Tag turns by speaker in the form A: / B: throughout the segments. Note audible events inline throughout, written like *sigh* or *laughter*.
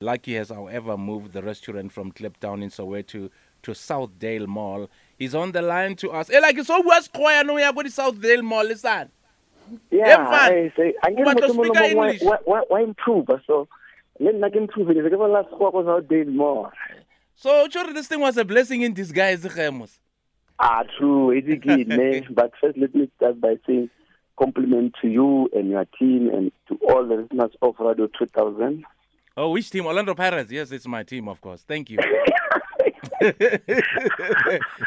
A: Lucky has, however, moved the restaurant from Kliptown in Soweto to Southdale Mall. He's on the line to us. Hey, like, so what's going on here with Southdale Mall? Listen.
B: yeah
A: Emfana.
B: I say angeke
A: Ubatho
B: motho mongwe
A: speaker
B: le mongwe
A: English.
B: wa- wa- wa improve so le nna ke improve ke se ke bolela sekgowa ko Southdale Mall.
A: So, sure, this thing was a blessing in disguise, Remus.
B: Ah, true. It's a good,
A: *laughs*
B: man. But first, let me start by saying compliment to you and your team and to all the listeners of Radio 2000.
A: Oh, which team? Orlando Pirates. Yes, it's my team, of course. Thank you.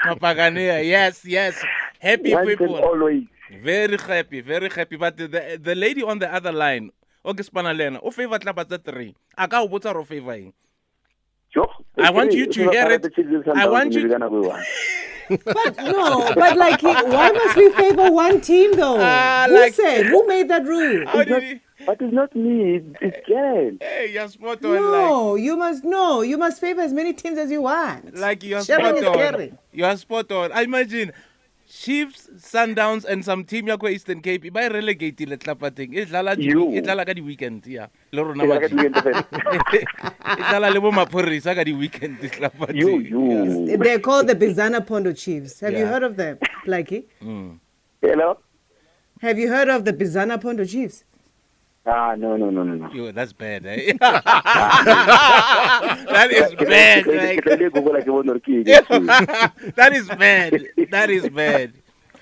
A: Mapaganea. Yes, yes. Happy
B: Once and
A: people.
B: always.
A: Very happy, very happy. But the, the lady on the other line, August Panalena, o favor tlapa tsa three. A ka o botsa ro favor eng.
B: Yo,
A: I want you to hear it.
B: the Chiefs and
A: I want
B: Sundowns,
A: you-
B: we're gonna
A: *laughs*
B: go on.
C: But *laughs* no, but like, he- why must we favor one team though?
A: Ah,
C: who
A: like-
C: said? Who made that rule?
A: How did
B: Not-
A: he?
B: But it's not me. It's, it's Jen.
A: Hey, you're spot on. Like,
C: No, you must no, you must favor as many teams as you want.
A: like you're
C: Sharon
A: spot
C: is
A: on.
C: scary.
A: You're spot on. I imagine Chiefs, Sundowns, and some team yako Eastern Cape. By relegate le tlapa thing. It's lala
B: You.
A: it's lala ka di weekend yeah. Le rona
B: Ke
A: ba
B: la ka
A: di. *laughs*
B: di-end fela.
A: It's lala le bo maphorisa ka di weekend tlapa thing.
B: You, you.
C: They're called the Bizana Pondo Chiefs. Have you
A: Yeah.
C: heard of them, Blakey?
B: Hello?
C: Have you heard of the Bizana Pondo Chiefs?
B: Ah, no, no, no, no, no.
A: Yo, that's bad, eh? *laughs* that is
B: Ke
A: bad,
B: tla- ke
A: like.
B: tla- ke tla- ke Google-a ke bone hore ke eng.
A: *laughs* that is bad. That is bad.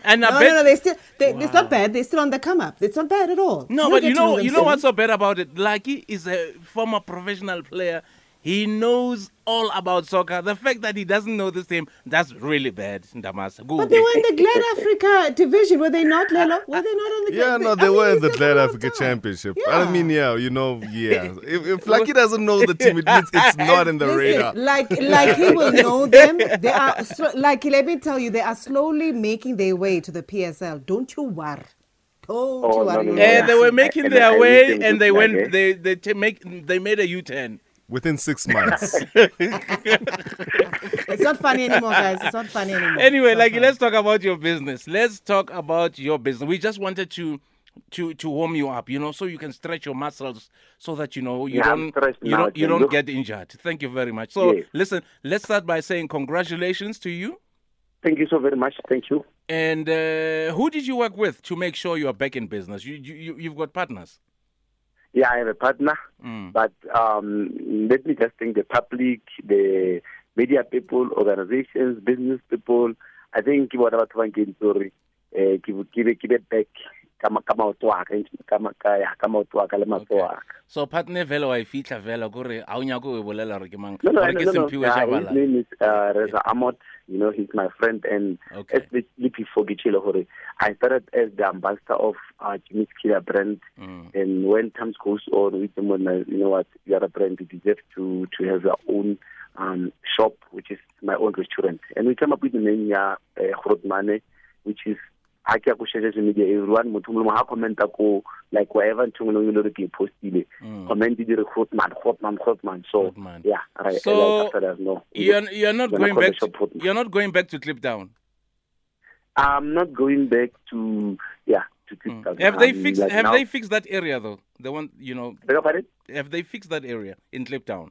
A: And I
C: No,
A: bet
C: no, no, they still they, it's not bad. They're still on the come up. It's not bad at all.
A: No,
C: They'll
A: but
C: get
A: you
C: to
A: know, you know
C: themselves.
A: what's so bad about it? Lucky is a former professional player. He knows all about soccer. The fact that he doesn't know this team, that's really bad, Damas. Go
C: But they
A: away.
C: were in the Glad Africa division, were they not, Lelo? Were they not on the
D: Yeah,
C: Glad-
D: no,
C: I
D: they
C: mean,
D: were
C: we
D: in the
C: said
D: Glad
C: all
D: Africa
C: time.
D: Championship. I
C: Yeah.
D: mean, yeah, you know,
C: *laughs*
D: yeah. If, if Lucky doesn't know the team, it means it's not in the
C: Listen,
D: radar. *laughs*
C: Like, like he will know them. They are sl- like, let me tell you, they are slowly making their way to the PSL. Don't you worry. Don't
B: Oh,
C: you
B: no,
C: worry.
B: no, no.
A: Eh, they were
B: And-
A: making
B: and
A: their
B: I
A: way,
B: think
A: and they
B: it's
A: went.
B: like, eh?
A: They they t- make they made a U-turn.
D: Within six months.
C: *laughs* It's not
A: *laughs*
C: funny anymore, guys. It's not funny anymore.
A: anyway,
C: It's not
A: like
C: funny.
A: let's talk about your business. Let's talk about your business. We just wanted to to to warm you up, you know, so you can stretch your muscles so that you know you
B: Yeah, I'm
A: don't
B: stretched
A: you
B: now,
A: don't you
B: Jen.
A: don't
B: Look.
A: get injured. Thank you very much. So
B: Yeah.
A: listen, let's start by saying congratulations to you.
B: Thank you so very much. Thank you.
A: And uh, who did you work with to make sure you are back in business? You you you- you've got partners. Mm.
B: Yeah, I have a partner, but um, let me just thank the public, the media people, organizations, business people. I think what about one game story? Give it, give it back. Come on, come out to work. Come on, come out to work. Come out to work.
A: So partner vela wa e fitla vela gore a o nyaka o e bolela gore ke mang
B: No, no,
A: gore
B: no,
A: ke
B: no, no.
A: Simphiwe
B: Uh, his
A: Tshabalala.
B: name is uh, Reza Amot. You know, he's my friend, and
A: Okay.
B: especially before Gichilo Hore, I started as the ambassador of uh, Jimmy's Killer brand.
A: Mm,
B: And when times goes on, with them, when I, you know what, the other brand they deserve to to have their own um, shop, which is my own restaurant. And we came up with the name yeah, uh, Grootmane, which is ha ke ya ko social media everyone motho mongwe ha comment ko like whatever ntho ngwe le ngwe le ke e postile
A: mm. Oh.
B: comment di re Grootman, Grootman, Grootman. so
A: Grootman.
B: yeah right
A: Mm-hmm. So,
B: like after that no
A: You're you're not
B: We're
A: going
B: gonna
A: back.
B: call the
A: To,
B: shop Grootman.
A: you're not going back to clip down.
B: I'm not going back to yeah to keep that.
A: Mm. Have they
B: Um,
A: fixed?
B: like
A: have
B: now-
A: they fixed that area though? The one you know.
B: Beg your pardon?
A: Have they fixed that area in Cliptown?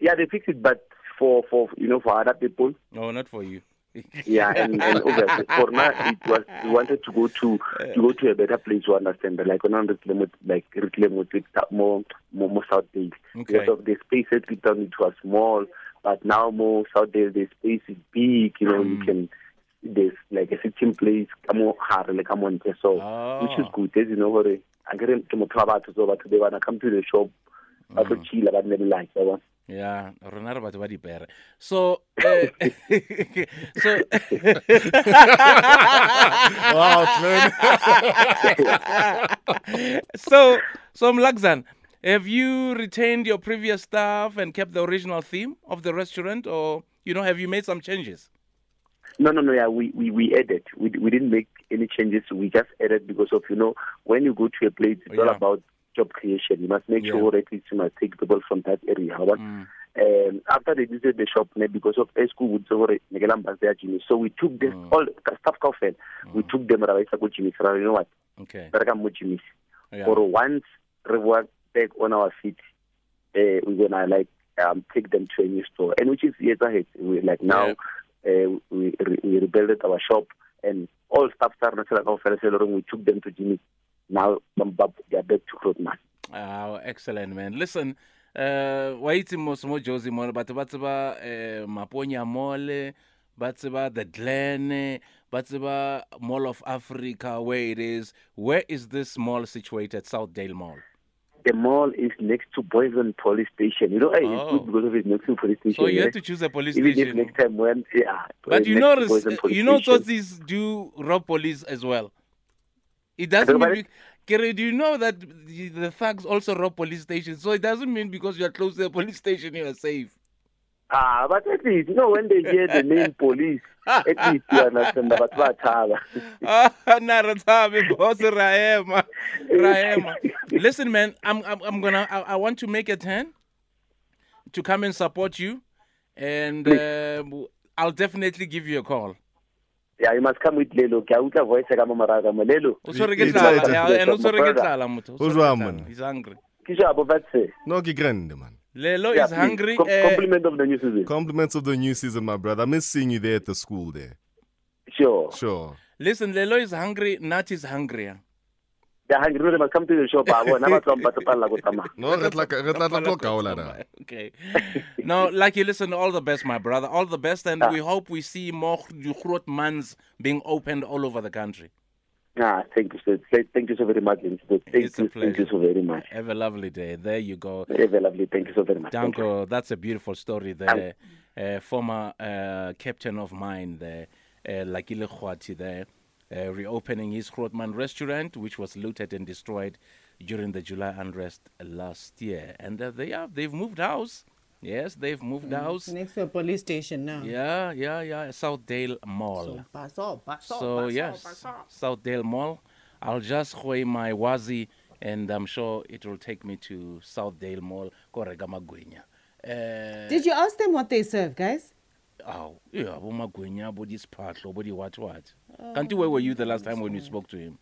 B: Yeah, they fixed it, but for for you know for other people,
A: No, not for you. *laughs*
B: yeah, and, and obviously for now it was we wanted to go to to go to a better place to understand, but like on reclaim like reclaim with it more more more South Dale
A: Okay.
B: because of the space at Clifton it was small, but now more South Dale the space is big. You know
A: Mm.
B: you can. There's like a sitting place, come on, hard, like come on, so which is
A: Ah.
B: good. There's no worry. I get him to Mutravatu, so but they wanna come to the shop. I
A: Mm.
B: could chill about them like that one.
A: Yeah, Ronaldo but what bear. So, uh, *laughs* so *laughs*
D: wow, *laughs* Glenn.
A: so so Mlakzan, have you retained your previous staff and kept the original theme of the restaurant, or you know, have you made some changes?
B: No, no, no. Yeah, we, we, we added. We, we didn't make any changes. We just added because of you know when you go to a place, it's all
A: Yeah.
B: about job creation. You must make
A: Yeah. Mm.
B: sure that it's, you must take people from that area. But um, after they visited the shop, maybe because of a school would so So we took them
A: Mm.
B: all the staff coffin. We took them right to Jimmy's. You know what?
A: Okay.
B: Better come with Jimmy's.
A: Yeah.
B: Or once we were back on our feet, uh, we're gonna like um, take them to a new store, and which is years ahead. We like now uh, we re- we rebuilt our shop, and all staff started to like e We took them to Jimmy. Now um, but they are back to Clothman.
A: Ah, excellent, man. Listen, uh, waitsi mosomo Josie Mole, but ba tseba eh, Maponya Mole, ba tseba the Glen, eh, ba tseba Mall of Africa, where it is. Where is this mall situated? Southdale Mall.
B: The mall is next to Boysen Police Station. You know, eh,
A: Oh.
B: it's good because of it's next to police station.
A: So you had
B: right?
A: to choose a police
B: Even if
A: station.
B: next time when, yeah.
A: But
B: eh,
A: you
B: next to
A: notice,
B: Boysen
A: uh,
B: Police
A: you know,
B: Station.
A: these do rob police as well. It doesn't mean.
B: Everybody-
A: be- Kerry, do you know that the, the thugs also rob police stations? So it doesn't mean because you are close to the police station you are safe.
B: Ah, but at least, you know, when they hear the name police, at least you understand about what
A: Ah, na rethabe boss ra ema ra ema listen man i'm i'm, I'm gonna I, I want to make a turn to come and support you and uh, i'll definitely give you a call
B: Yeah, you must come with Lelo. Ke a utlwa voice ya ka mo maraga mo, Lelo.
A: Utshwere
D: It's
A: ke tlala,
D: okay.
A: yeah, and utshwere ke tlala, motho, utshwere ke
D: Who's wrong,
A: tlala.
D: man?
A: he's hungry
B: Ke jwabo, but, eh,
D: No, ke grande, man.
A: lelo
B: yeah,
A: Oh, is
B: please,
A: hungry
B: com-
A: eh,
B: compliment of the new season.
D: Compliments of the new season, my brother. I miss seeing you there at the school there.
B: Sure.
D: Sure.
A: listen lelo is hungry nat is hungrier
B: They're hungry. really, must come to the shop. ah, bona ba tlo mpata palla ko tsamaya.
D: No, re tla re tla tla clock out la.
A: okay no lucky listen all the best my brother all the best and
D: Ah.
A: we hope we see more mans being opened all over the country
B: Ah, thank you, sir. Th- Thank you so very much. Linz. Thank
A: It's a
B: you. Thank you
A: pleasure.
B: so very much.
A: Have a lovely day. There you go.
B: Have a lovely. Thank you so very much. Thank you.
A: Danko, that's a beautiful story there. Uh, former uh, captain of mine there, uh, Lakile Khwati there, uh, reopening his Krotman restaurant, which was looted and destroyed during the July unrest last year. And uh, they are, they've moved house. Yes, they've moved house.
C: Next to a police station now.
A: Yeah, yeah, yeah. Southdale Mall.
C: So, baso, baso,
A: So
C: baso,
A: yes,
C: baso.
A: Southdale Mall. I'll just hoy my wazi, and I'm sure it will take me to Southdale Mall. Korega magwenya. Eh,
C: Did you ask them what they serve, guys?
A: aw, yeah, bo magwenya, bo disphahlo, bo di what what. Kanti where were you the last time when we spoke to him?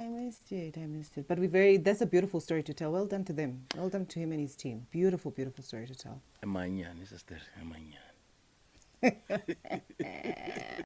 C: I missed it. I missed it. But we very that's a beautiful story to tell. Well done to them. Well done to him and his team. Beautiful, beautiful story to tell.
A: Emanyani sister, emanyani.